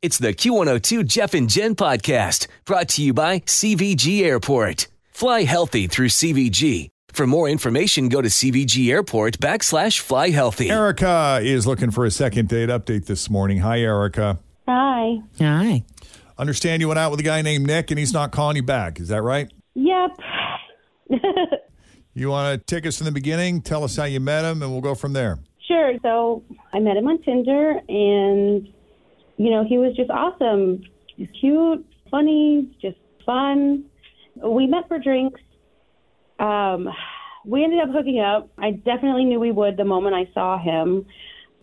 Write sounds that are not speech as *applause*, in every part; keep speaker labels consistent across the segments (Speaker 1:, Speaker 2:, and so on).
Speaker 1: It's the Q102 Jeff and Jen podcast brought to you by CVG Airport. Fly healthy through CVG. For more information, go to CVG Airport backslash fly healthy.
Speaker 2: Erica is looking for a second date update this morning. Hi, Erica.
Speaker 3: Hi.
Speaker 4: Hi.
Speaker 2: Understand you went out with a guy named Nick and he's not calling you back. Is that right?
Speaker 3: Yep.
Speaker 2: You want to take us from the beginning? Tell us how you met him and we'll go from there.
Speaker 3: Sure. So I met him on Tinder, and you know he was just awesome, cute, funny, just fun. We met for drinks. Um, we ended up hooking up. I definitely knew we would the moment I saw him.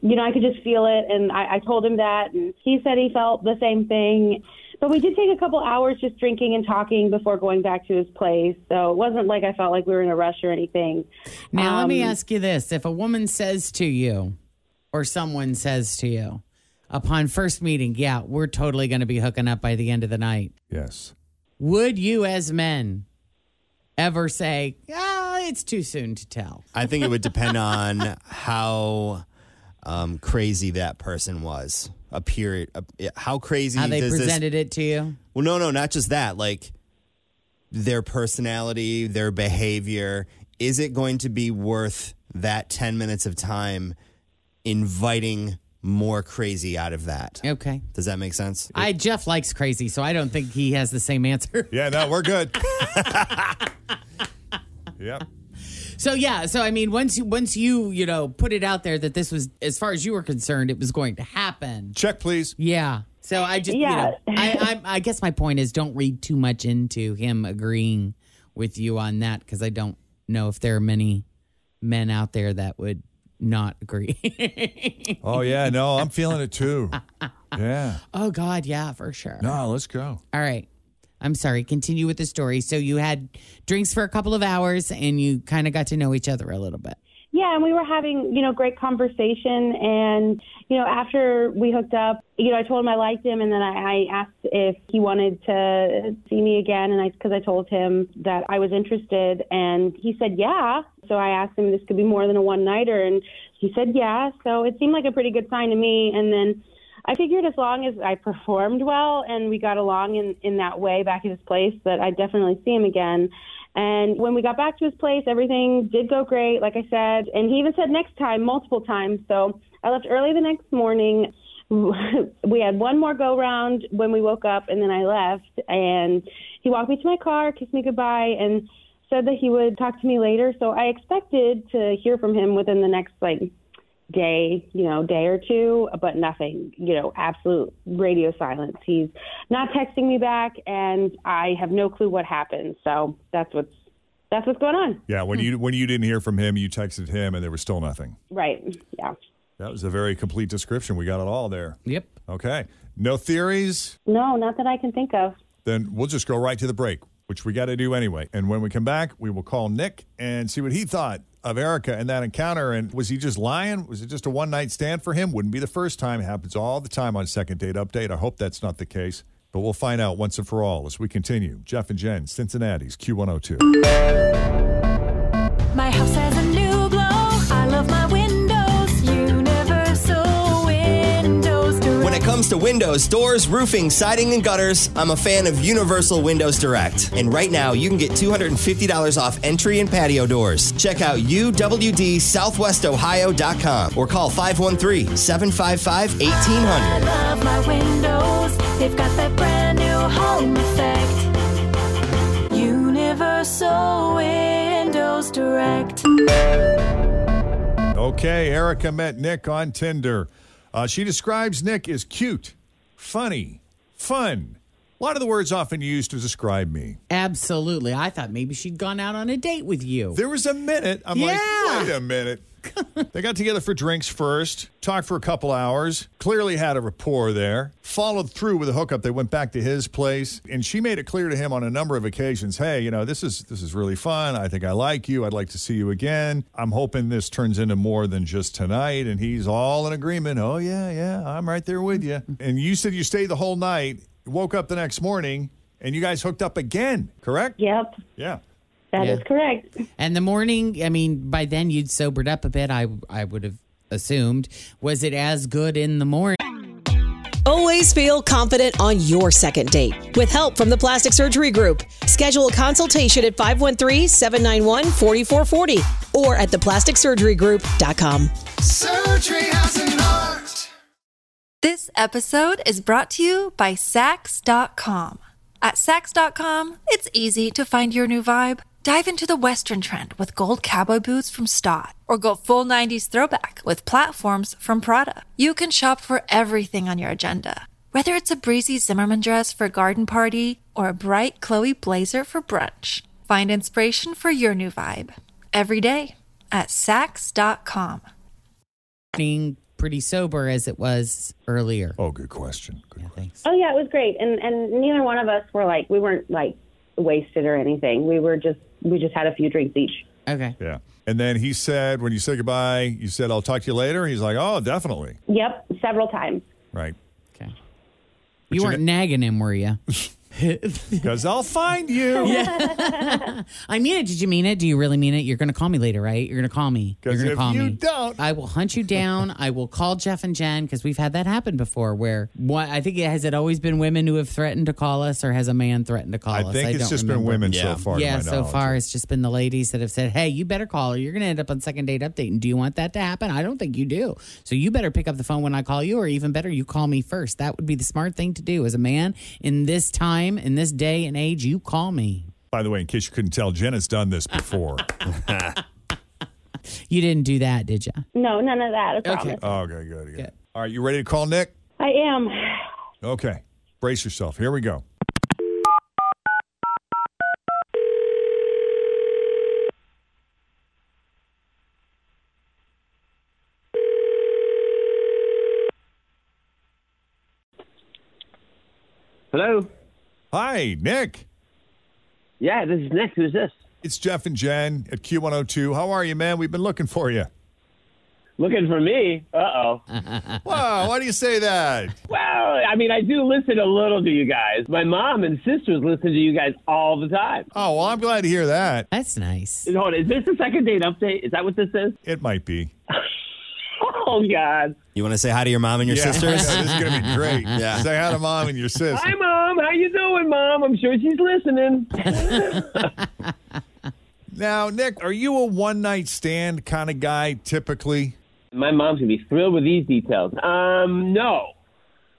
Speaker 3: You know, I could just feel it, and I, I told him that, and he said he felt the same thing. But we did take a couple hours just drinking and talking before going back to his place. So it wasn't like I felt like we were in a rush or anything.
Speaker 4: Now, let me
Speaker 3: Um,
Speaker 4: ask you this. If a woman says to you, or someone says to you, upon first meeting, yeah, we're totally going to be hooking up by the end of the night,
Speaker 2: Yes.
Speaker 4: would you, as men, ever say, ah, it's too soon to tell?
Speaker 5: I think it would depend on how um, crazy that person was. A period. A, yeah, how crazy
Speaker 4: How they
Speaker 5: does this?
Speaker 4: presented it to you?
Speaker 5: Well, no, no, not just that. Like their personality, their behavior. Is it going to be worth that ten minutes of time inviting more crazy out of that?
Speaker 4: Okay.
Speaker 5: Does that make sense?
Speaker 4: I Jeff likes crazy, so I don't think he has the same answer.
Speaker 2: Yeah, no, we're good. yep.
Speaker 4: *laughs* So yeah, so I mean, once you once you you know put it out there that this was, as far as you were concerned, it was going to happen.
Speaker 2: Check, please.
Speaker 4: Yeah. So I just,
Speaker 3: Yeah.
Speaker 4: you know, *laughs* I, I, I guess my point is don't read too much into him agreeing with you on that because I don't know if there are many men out there that would not agree. *laughs*
Speaker 2: Oh, yeah. No, I'm feeling it too. Yeah.
Speaker 4: oh, God. Yeah, for sure.
Speaker 2: No, let's go.
Speaker 4: All right. I'm sorry. Continue with the story. So you had drinks for a couple of hours and you kind of got to know each other a little bit.
Speaker 3: Yeah, and we were having, you know, great conversation. And, you know, after we hooked up, you know, I told him I liked him. And then I, I asked if he wanted to see me again. And I, because I told him that I was interested. And he said, yeah. So I asked him, this could be more than a one nighter. And he said, yeah. So it seemed like a pretty good sign to me. And then I figured as long as I performed well and we got along in, in that way back at his place, that I'd definitely see him again. And when we got back to his place, everything did go great, like I said. And he even said next time multiple times. So I left early the next morning. *laughs* We had one more go round when we woke up, and then I left. And he walked me to my car, kissed me goodbye, and said that he would talk to me later. So I expected to hear from him within the next like day, you know, day or two, but nothing, you know, absolute radio silence. He's not texting me back and I have no clue what happened. So that's what's that's what's going on.
Speaker 2: Yeah, when you when you didn't hear from him, you texted him and there was still nothing.
Speaker 3: Right. Yeah.
Speaker 2: That was a very complete description. We got it all there.
Speaker 4: Yep.
Speaker 2: Okay. No theories?
Speaker 3: No, not that I can think of.
Speaker 2: then we'll just go right to the break, which we got to do anyway. And when we come back, we will call Nick and see what he thought of Erica and that encounter. And was he just lying? Was it just a one night stand for him? Wouldn't be the first time. It happens all the time on Second Date Update. I hope that's not the case. But we'll find out once and for all as we continue. Jeff and Jen, Cincinnati's Q102.
Speaker 6: My house has a new glow. I love my windows. Universal Windows Direct.
Speaker 5: When it comes to windows, doors, roofing, siding, and gutters, I'm a fan of Universal Windows Direct. And right now, you can get $250 off entry and patio doors. Check out uwdsouthwestohio.com or call 513 755 1800.
Speaker 6: I love my windows. They've got that brand new home effect.
Speaker 2: Okay, Erica met Nick on Tinder. Uh, she describes Nick as cute, funny, fun. A lot of the words often used to describe me.
Speaker 4: Absolutely. I thought maybe she'd gone out on a date with you.
Speaker 2: There was a minute. I'm
Speaker 4: Yeah.
Speaker 2: like, wait a minute. they got together for drinks first, talked for a couple hours, clearly had a rapport there, followed through with a hookup. They went back to his place, and she made it clear to him on a number of occasions, hey, you know, this is this is really fun. I think I like you. I'd like to see you again. I'm hoping this turns into more than just tonight. And he's all in agreement. Oh yeah, yeah, I'm right there with you. and you said you stayed the whole night, woke up the next morning, and you guys hooked up again, correct?
Speaker 3: Yep,
Speaker 2: Yeah.
Speaker 3: that is
Speaker 4: Yeah.
Speaker 3: correct.
Speaker 4: And the morning, I mean, by then you'd sobered up a bit, I I would have assumed. Was it as good in the morning?
Speaker 7: Always feel confident on your second date. With help from the Plastic Surgery Group, schedule a consultation at 513-791-4440 or at theplasticsurgerygroup.com.
Speaker 8: Surgery has an art.
Speaker 9: This episode is brought to you by Sax.com. At Sax.com, it's easy to find your new vibe. Dive into the Western trend with gold cowboy boots from Stott, or go full 90s throwback with platforms from Prada. You can shop for everything on your agenda, whether it's a breezy Zimmerman dress for a garden party or a bright Chloe blazer for brunch. Find inspiration for your new vibe every day at Sax.com.
Speaker 4: Being pretty sober as it was earlier.
Speaker 2: Oh, good question. Good question.
Speaker 3: Oh yeah, it was great. And and neither one of us were like we weren't like wasted or anything. We were just we just had a few drinks each.
Speaker 4: Okay.
Speaker 2: Yeah. And then he said, when you said goodbye, you said, I'll talk to you later. He's like, oh, definitely.
Speaker 3: Yep, several times.
Speaker 2: Right.
Speaker 4: Okay. You weren't nagging him, were you?
Speaker 2: Because I'll find you.
Speaker 4: I mean it. Did you mean it? Do you really mean it? You're going to call me later, right? You're going to call me. You're
Speaker 2: 'Cause
Speaker 4: going to
Speaker 2: if
Speaker 4: call
Speaker 2: you
Speaker 4: me.
Speaker 2: don't-
Speaker 4: I will hunt you down. I will call Jeff and Jen because we've had that happen before. Where what? I think it has it always been women who have threatened to call us, or has a man threatened to call
Speaker 2: I
Speaker 4: us?
Speaker 2: think it's
Speaker 4: don't
Speaker 2: just been
Speaker 4: remember.
Speaker 2: women
Speaker 5: Yeah.
Speaker 2: so far. to
Speaker 4: yeah,
Speaker 2: my
Speaker 4: so
Speaker 2: knowledge.
Speaker 4: far it's just been the ladies that have said, "Hey, you better call, or you're going to end up on second date update." And do you want that to happen? I don't think you do. So you better pick up the phone when I call you, or even better, you call me first. That would be the smart thing to do as a man in this time, in this day and age. You call me.
Speaker 2: By the way, in case you couldn't tell, Jen has done this before.
Speaker 4: You didn't do that, did you?
Speaker 3: No, none of that. I promise.
Speaker 2: oh, okay, good, good. All right, you ready to call Nick?
Speaker 3: I am.
Speaker 2: Okay. Brace yourself. Here we go.
Speaker 10: Hello.
Speaker 2: Hi, Nick.
Speaker 10: Yeah, this is Nick. Who's this?
Speaker 2: It's Jeff and Jen at Q102. How are you, man? We've been looking for you.
Speaker 10: Looking for me? Uh oh.
Speaker 2: *laughs* Wow, why do you say that?
Speaker 10: Well, I mean, I do listen a little to you guys. My mom and sisters listen to you guys all the time.
Speaker 2: Oh, well, I'm glad to hear that.
Speaker 4: That's nice.
Speaker 10: Hold on, is this the second *sighs* date update? Is that what this is?
Speaker 2: It might be.
Speaker 10: Oh God.
Speaker 5: You want to say hi to your mom and your
Speaker 2: Yeah.
Speaker 5: sisters?
Speaker 2: Yeah, *laughs* this is going to be great.
Speaker 5: Yeah.
Speaker 2: Say hi to mom and your sis.
Speaker 10: Hi, mom. How you doing, mom? I'm sure she's listening.
Speaker 2: Now, Nick, are you a one night stand kind of guy typically?
Speaker 10: My mom's gonna be thrilled with these details. Um, no.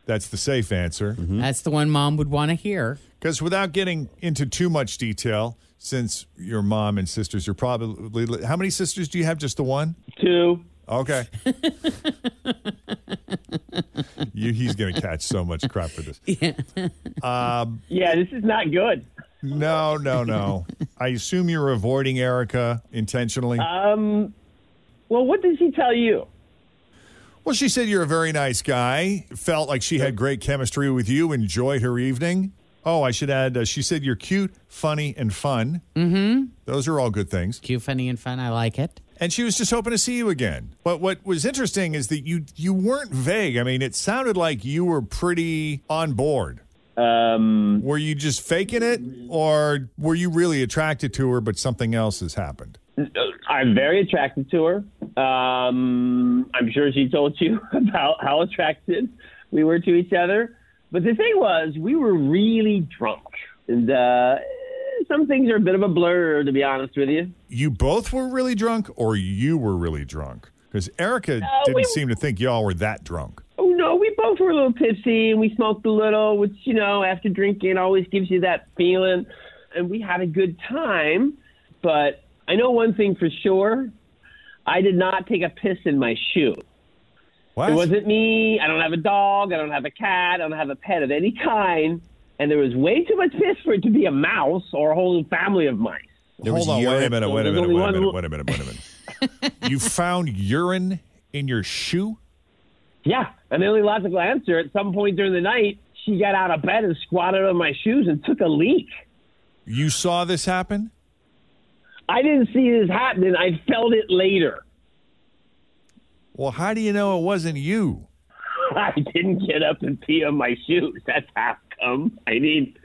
Speaker 2: That's the safe answer.
Speaker 5: Mm-hmm.
Speaker 4: That's the one mom would want to hear.
Speaker 2: Because without getting into too much detail, since your mom and sisters, you're probably. How many sisters do you have? Just the one?
Speaker 10: Two.
Speaker 5: *laughs*
Speaker 2: Okay. you, he's going to catch so much crap for this.
Speaker 10: Yeah, this is not good.
Speaker 2: No, no, no. I assume you're avoiding Erica intentionally.
Speaker 10: Um, Well, what did she tell you?
Speaker 2: well, she said you're a very nice guy, felt like she had great chemistry with you, enjoyed her evening. Oh, I should add, uh, she said you're cute, funny, and fun. Mm-hmm. Those are all good things.
Speaker 4: Cute, funny, and fun. I like it.
Speaker 2: and she was just hoping to see you again. But what was interesting is that you you weren't vague. I mean, it sounded like you were pretty on board.
Speaker 10: Um,
Speaker 2: Were you just faking it, or were you really attracted to her, but something else has happened?
Speaker 10: I'm very attracted to her. Um, I'm sure she told you *laughs* about how attracted we were to each other. But the thing was, we were really drunk. And uh, some things are a bit of a blur, to be honest with you.
Speaker 2: You both were really drunk, or you were really drunk? Because Erica didn't
Speaker 10: Uh, we-
Speaker 2: seem to think y'all were that drunk.
Speaker 10: Oh, no, we both were a little tipsy and we smoked a little, which, you know, after drinking always gives you that feeling. And we had a good time. But I know one thing for sure I did not take a piss in my shoe. It wasn't me. I don't have a dog. I don't have a cat. I don't have a pet of any kind. And there was way too much piss for it to be a mouse or a whole family of mice.
Speaker 2: Hold on, wait a minute, wait a
Speaker 10: There's
Speaker 2: minute,
Speaker 10: only
Speaker 2: wait a
Speaker 10: one-
Speaker 2: minute, wait a minute, wait a minute.
Speaker 10: *laughs*
Speaker 2: you found urine in your shoe?
Speaker 10: Yeah, and the only logical answer at some point during the night, she got out of bed and squatted on my shoes and took a leak.
Speaker 2: You saw this happen?
Speaker 10: I didn't see this happening. I felt it later. *laughs*
Speaker 2: Well, how do you know it wasn't you?
Speaker 10: I didn't get up and pee on my shoes. That's how come. I mean,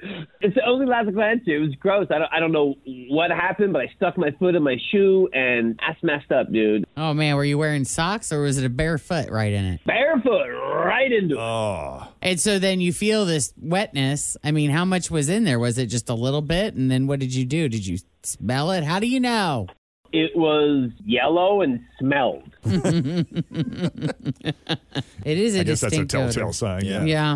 Speaker 10: it's the only logical answer. It was gross. I don't, I don't know what happened, but I stuck my foot in my shoe and that's messed up, dude.
Speaker 4: Oh man, were you wearing socks or was it a bare foot right in it?
Speaker 10: Barefoot right into it.
Speaker 2: Oh.
Speaker 4: And so then you feel this wetness. I mean, how much was in there? Was it just a little bit? And then what did you do? Did you smell it? How do you know?
Speaker 10: It was yellow and smelled.
Speaker 4: It is a
Speaker 2: I guess that's a
Speaker 4: distinct odor.
Speaker 2: telltale sign. Yeah. Mm.
Speaker 4: Yeah.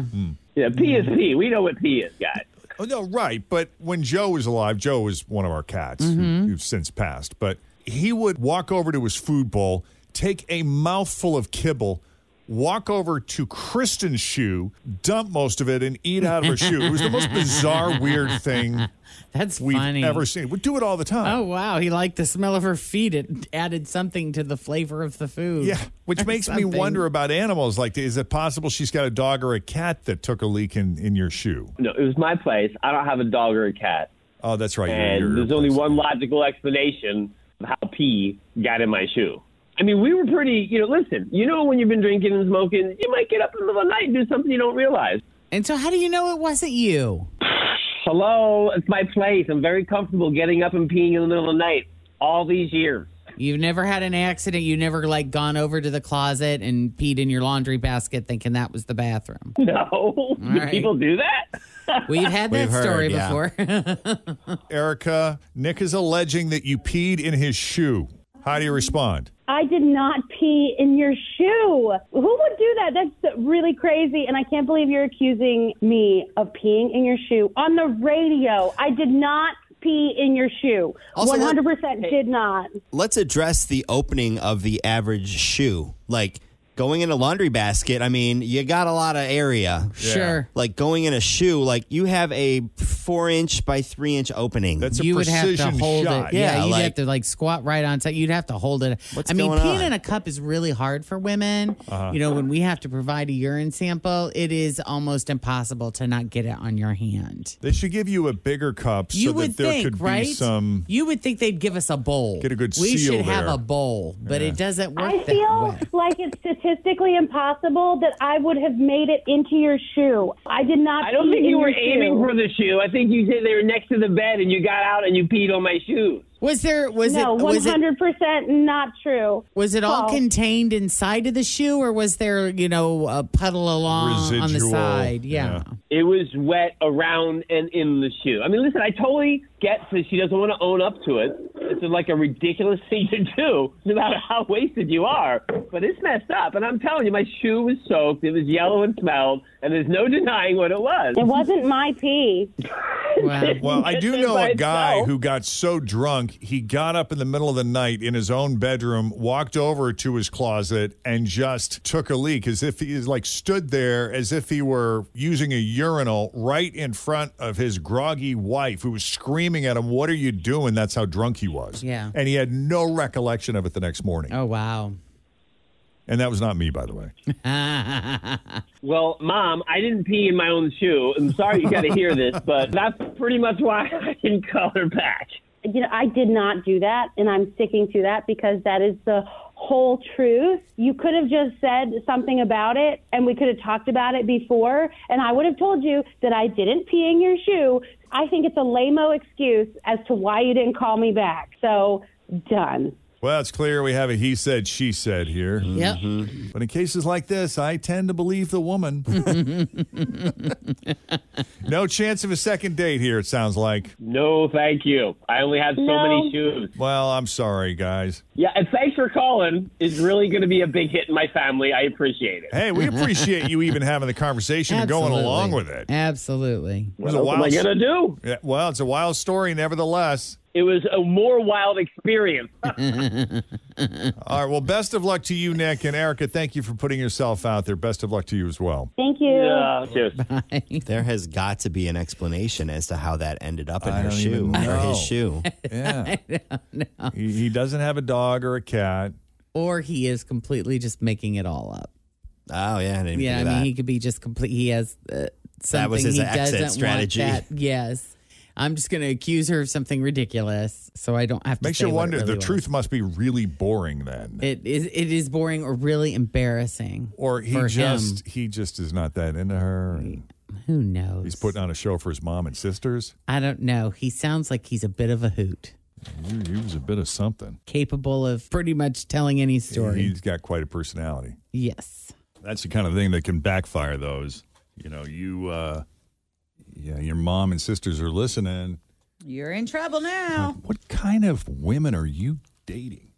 Speaker 10: Yeah, pee is pee. We know what pee is, guys.
Speaker 2: Oh, no, right. But when Joe was alive, Joe was one of our cats
Speaker 4: Mm-hmm.
Speaker 2: who, who's since passed. But he would walk over to his food bowl, take a mouthful of kibble, walk over to Kristen's shoe, dump most of it, and eat out of her shoe. It was the most
Speaker 4: *laughs*
Speaker 2: bizarre, weird thing
Speaker 4: That's
Speaker 2: we've
Speaker 4: funny.
Speaker 2: ever seen. We do it all the time.
Speaker 4: Oh wow, he liked the smell of her feet. It added something to the flavor of the food.
Speaker 2: Yeah, which
Speaker 4: Or
Speaker 2: makes me
Speaker 4: something.
Speaker 2: wonder about animals. Like, is it possible she's got a dog or a cat that took a leak in, in your shoe?
Speaker 10: No, it was my place. I don't have a dog or a cat. *laughs*
Speaker 2: Oh, that's right. your- your
Speaker 10: And *laughs* there's only
Speaker 2: place.
Speaker 10: one logical explanation of how pee got in my shoe. I mean, we were pretty, you know, listen, you know, when you've been drinking and smoking, you might get up in the middle of the night and do something you don't realize.
Speaker 4: And so, how do you know it wasn't you?
Speaker 10: Hello, it's my place. I'm very comfortable getting up and peeing in the middle of the night all these years.
Speaker 4: You've never had an accident. You never like gone over to the closet and peed in your laundry basket, thinking that was
Speaker 3: *laughs*
Speaker 4: the bathroom.
Speaker 10: No, do
Speaker 4: right.
Speaker 10: people do that?
Speaker 4: We've had that
Speaker 5: We've heard,
Speaker 4: story
Speaker 5: yeah.
Speaker 4: before. *laughs*
Speaker 2: Erica, Nick is alleging that you peed in his shoe. How do you respond?
Speaker 3: I did not pee in your shoe. Who would do that? That's really crazy. And I can't believe you're accusing me of peeing in your shoe on the radio. I did not pee in your shoe.
Speaker 5: Also, let-
Speaker 3: 100% did not.
Speaker 5: Let's address the opening of the average shoe. Like going in a laundry basket, I mean, you got a lot of area.
Speaker 4: Sure.
Speaker 5: Like going in a shoe, like you have a four inch by three inch opening.
Speaker 2: That's a
Speaker 4: you would have
Speaker 2: precision
Speaker 4: to hold
Speaker 2: shot.
Speaker 4: it. Yeah,
Speaker 5: Yeah,
Speaker 4: you'd
Speaker 5: like-
Speaker 4: have to like squat right on top. You'd have to hold it.
Speaker 5: What's
Speaker 4: I mean,
Speaker 5: going
Speaker 4: peeing
Speaker 5: on?
Speaker 4: in a cup is really hard for women.
Speaker 2: Uh-huh.
Speaker 4: You know, when we have to provide a urine sample, it is almost impossible to not get it on your hand.
Speaker 2: They should give you a bigger cup so
Speaker 4: you
Speaker 2: that
Speaker 4: would
Speaker 2: there
Speaker 4: think,
Speaker 2: could be
Speaker 4: right?
Speaker 2: some.
Speaker 4: you would think they'd give us a bowl.
Speaker 2: Get a good
Speaker 4: We
Speaker 2: seal
Speaker 4: should have
Speaker 2: there.
Speaker 4: a bowl, but it doesn't work
Speaker 3: I
Speaker 4: that
Speaker 3: feel
Speaker 4: way.
Speaker 3: like it's statistically impossible that I would have made it into your shoe. I did not.
Speaker 10: I don't
Speaker 3: pee
Speaker 10: think
Speaker 3: in
Speaker 10: you
Speaker 3: your
Speaker 10: were
Speaker 3: shoe.
Speaker 10: aiming for the shoe. I think you said they were next to the bed and you got out and you peed on my shoes.
Speaker 4: Was there? Was
Speaker 3: No,
Speaker 4: it? Was it?
Speaker 3: 100% not true.
Speaker 4: Was it all
Speaker 3: Well-
Speaker 4: contained inside of the shoe, or was there, you know, a puddle along on the
Speaker 2: Residual,
Speaker 4: side?
Speaker 2: yeah.
Speaker 4: yeah.
Speaker 10: It was wet around and in the shoe. I mean, listen, I totally get that she doesn't want to own up to it. It's like a ridiculous *laughs* thing to do, no matter how wasted you are. But it's messed up. And I'm telling you, my shoe was soaked. It was yellow and smelled. And there's no denying what it was.
Speaker 3: It wasn't my pee.
Speaker 4: Wow.
Speaker 2: Well, I do
Speaker 10: Just
Speaker 2: know
Speaker 10: by
Speaker 2: a guy
Speaker 10: itself.
Speaker 2: who got so drunk, he got up in the middle of the night in his own bedroom, walked over to his closet, and just took a leak as if he like stood there as if he were using a urinal right in front of his groggy wife who was screaming at him, What are you doing? That's how drunk he was.
Speaker 4: Yeah.
Speaker 2: And he had no recollection of it the next morning.
Speaker 4: Oh wow.
Speaker 2: And that was not me, by the
Speaker 4: *laughs*
Speaker 2: way.
Speaker 10: Well, Mom, I didn't pee in my own shoe. I'm sorry you got to hear this, but that's pretty much why *laughs* I didn't call her back.
Speaker 3: You know, I did not do that, and I'm sticking to that because that is the whole truth. You could have just said something about it, and we could have talked about it before, and I would have told you that I didn't pee in your shoe. I think it's a lameo excuse as to why you didn't call me back. So, done.
Speaker 2: Well, it's clear we have a he said, she said here.
Speaker 4: Yep.
Speaker 2: But in cases like this, I tend to believe the
Speaker 4: *laughs*
Speaker 2: woman. no chance of a second date here, it sounds like.
Speaker 10: No, thank you. I only had so
Speaker 3: No.
Speaker 10: many shoes.
Speaker 2: Well, I'm sorry, guys.
Speaker 10: Yeah, and thanks for calling. It's really going to be a big hit in my family. I appreciate it.
Speaker 2: Hey, we appreciate you even having the conversation and going
Speaker 4: Absolutely.
Speaker 2: along with it.
Speaker 4: Absolutely.
Speaker 2: It was a
Speaker 10: what am I
Speaker 2: wild-
Speaker 10: going to do?
Speaker 2: Yeah, well, it's a wild story, nevertheless.
Speaker 10: It was a more wild experience.
Speaker 2: *laughs* All right. Well, best of luck to you, Nick and Erica. Thank you for putting yourself out there. Best of luck to you as
Speaker 4: *laughs*
Speaker 2: well.
Speaker 3: Thank you.
Speaker 5: There has got to be an explanation as to how that ended up in
Speaker 2: I
Speaker 5: her
Speaker 2: don't
Speaker 5: shoe
Speaker 2: even
Speaker 5: or
Speaker 2: know. *laughs*
Speaker 5: his shoe.
Speaker 2: Yeah. He, he doesn't have a dog or a cat.
Speaker 4: Or he is completely just making it all up.
Speaker 5: Oh yeah, I didn't
Speaker 4: yeah, I
Speaker 5: think of
Speaker 4: mean,
Speaker 5: that.
Speaker 4: he could be just complete. He has uh, something
Speaker 5: That was his
Speaker 4: he
Speaker 5: exit
Speaker 4: doesn't want
Speaker 5: strategy.
Speaker 4: that- Yes, I'm just going to accuse her of something ridiculous, so I don't have to.
Speaker 2: Makes
Speaker 4: say
Speaker 2: you
Speaker 4: what it
Speaker 2: wonder.
Speaker 4: really
Speaker 2: the
Speaker 4: was.
Speaker 2: truth must be really boring then.
Speaker 4: It is. It is boring or really embarrassing.
Speaker 2: Or he
Speaker 4: for
Speaker 2: just
Speaker 4: him. Mm.
Speaker 2: he just is not that into her. and
Speaker 4: Who knows?
Speaker 2: He's putting on a show for his mom and sisters.
Speaker 4: I don't know. He sounds like he's a bit of a hoot,
Speaker 2: He, he was a bit of something.
Speaker 4: capable of pretty much telling any story.
Speaker 2: He's got quite a personality.
Speaker 4: yes.
Speaker 2: That's the kind of thing that can backfire those. You know, you uh yeah, your mom and sisters are listening.
Speaker 11: You're in trouble now.
Speaker 2: What kind of women are you dating?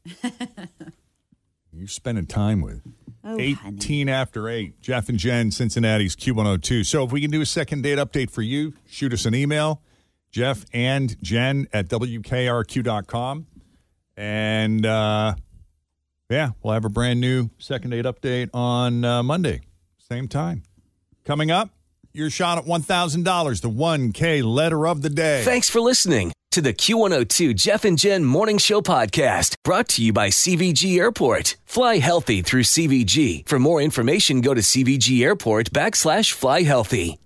Speaker 2: You're spending time with.
Speaker 11: Oh,
Speaker 2: 18 after 8. Jeff and Jen, Cincinnati's Q102. So if we can do a second date update for you, shoot us an email, Jeff and Jen at WKRQ.com. And uh, yeah, we'll have a brand new second date update on uh, Monday, same time. Coming up, your shot at $1,000, the 1K letter of the day.
Speaker 1: Thanks for listening to the Q102 Jeff and Jen Morning Show Podcast, brought to you by CVG Airport. Fly healthy through CVG. For more information, go to CVG Airport backslash fly healthy.